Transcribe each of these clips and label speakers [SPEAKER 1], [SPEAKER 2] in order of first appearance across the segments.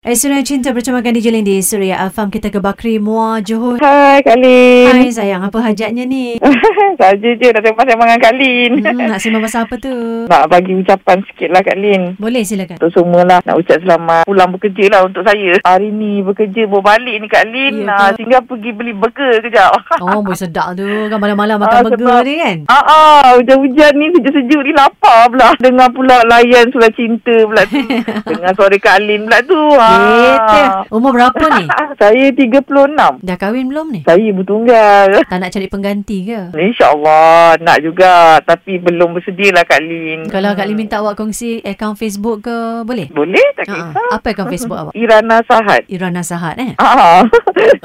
[SPEAKER 1] Hai Suria Eh, Cinta bersama Gandhi Jeling di Suria Afam. Kita ke Bakri Muar, Johor.
[SPEAKER 2] Hai Kak
[SPEAKER 1] Hai
[SPEAKER 2] Lin.
[SPEAKER 1] sayang, apa hajatnya ni?
[SPEAKER 2] Saja je nak sembang-sembang dengan Kak Lin.
[SPEAKER 1] Hmm, nak sembang pasal apa tu?
[SPEAKER 2] Nak bagi ucapan sikit lah Kak Lin.
[SPEAKER 1] Boleh silakan.
[SPEAKER 2] Untuk semua lah nak ucap selamat pulang bekerja lah untuk saya. Hari ni bekerja baru balik ni Kak Lin.
[SPEAKER 1] Ya
[SPEAKER 2] Yeah,
[SPEAKER 1] ke?
[SPEAKER 2] tinggal pergi beli burger kejap.
[SPEAKER 1] Oh, boleh sedap tu. Kan malam-malam makan
[SPEAKER 2] Ah,
[SPEAKER 1] burger
[SPEAKER 2] sedap.
[SPEAKER 1] ni kan?
[SPEAKER 2] Ah, ah, hujan-hujan ni sejuk-sejuk ni lapar pula. Dengar pula layan surat cinta pula tu. Dengar suara Kak Lin pula tu. Ah.
[SPEAKER 1] Kita. Umur berapa ni?
[SPEAKER 2] saya 36.
[SPEAKER 1] Dah kahwin belum ni?
[SPEAKER 2] Saya ibu tunggal.
[SPEAKER 1] Tak nak cari pengganti ke?
[SPEAKER 2] InsyaAllah nak juga Tapi belum bersedia lah Kak Lin
[SPEAKER 1] Kalau Kak Lim minta awak kongsi akaun Facebook ke, boleh?
[SPEAKER 2] Boleh tak
[SPEAKER 1] Ha,
[SPEAKER 2] kisah Ha,
[SPEAKER 1] apa akaun Facebook awak?
[SPEAKER 2] Irana Sahat Ha,
[SPEAKER 1] Irana Sahat eh?
[SPEAKER 2] Ah,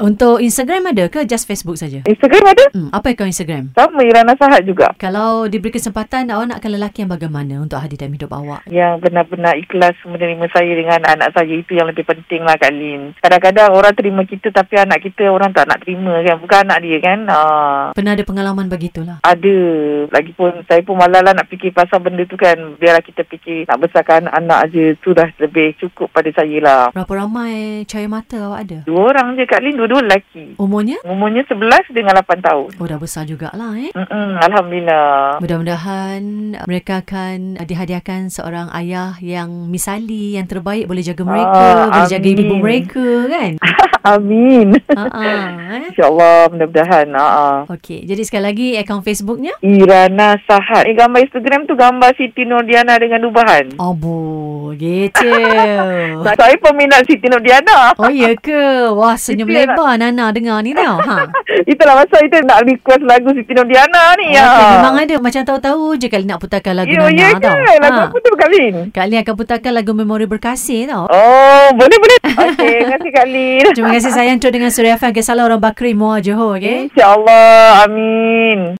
[SPEAKER 1] Untuk Instagram ada ke just Facebook saja?
[SPEAKER 2] Instagram ada Ha,
[SPEAKER 1] Hmm, apa akaun Instagram?
[SPEAKER 2] Sama Irana Sahat juga Ha,
[SPEAKER 1] Kalau diberi kesempatan, awak nakkan lelaki yang bagaimana untuk hadir dalam hidup awak?
[SPEAKER 2] yang benar-benar ikhlas menerima saya dengan anak-anak saya itu yang lebih penting lah Kak Lin. Kadang-kadang orang terima kita tapi anak kita orang tak nak terima kan. Bukan anak dia kan. Ah,
[SPEAKER 1] Pernah ada pengalaman begitulah?
[SPEAKER 2] ada. Lagipun saya pun malah lah nak fikir pasal benda tu kan. Biarlah kita fikir nak besarkan anak je tu dah lebih cukup pada saya lah.
[SPEAKER 1] Berapa ramai cahaya mata awak ada?
[SPEAKER 2] Dua orang je Kak Lin, dua-dua lelaki.
[SPEAKER 1] Umurnya?
[SPEAKER 2] Umurnya 11 dengan 8 tahun.
[SPEAKER 1] Oh dah besar jugalah eh.
[SPEAKER 2] Mm-mm, Alhamdulillah.
[SPEAKER 1] Mudah-mudahan uh, mereka akan uh, dihadiahkan seorang ayah yang misali, yang terbaik boleh jaga mereka,
[SPEAKER 2] Ah,
[SPEAKER 1] boleh jaga ibu
[SPEAKER 2] amin.
[SPEAKER 1] mereka kan.
[SPEAKER 2] Amin.
[SPEAKER 1] Ha ah eh.
[SPEAKER 2] InsyaAllah mudah-mudahan. Uh-uh.
[SPEAKER 1] Okey, jadi sekali lagi akaun Facebooknya
[SPEAKER 2] Irana Sahat. Eh, gambar Instagram tu gambar Siti Nordiana dengan Nubahan.
[SPEAKER 1] Oh. Abu gitu.
[SPEAKER 2] Saya peminat Siti Nordiana.
[SPEAKER 1] Oh ya ke? Wah senyum
[SPEAKER 2] Itu yang
[SPEAKER 1] lebar Nana dengar ni tau. Ha.
[SPEAKER 2] Itulah masa kita nak request lagu Siti Nordiana ni.
[SPEAKER 1] Ya. Okay, memang ada macam tahu-tahu je kali nak putarkan lagu Ah.
[SPEAKER 2] Ya,
[SPEAKER 1] Nana
[SPEAKER 2] ya
[SPEAKER 1] tau. Ha.
[SPEAKER 2] kan? Lagu apa tu Kak Lin?
[SPEAKER 1] Kak Lin akan putarkan lagu Memori Berkasih tau.
[SPEAKER 2] Oh, boleh boleh. Okey, terima kasih Kak Lin.
[SPEAKER 1] Terima kasih sayang Cuk dengan Surya Fan Kesalahan orang Bakri Muar Johor okay?
[SPEAKER 2] InsyaAllah. Amin.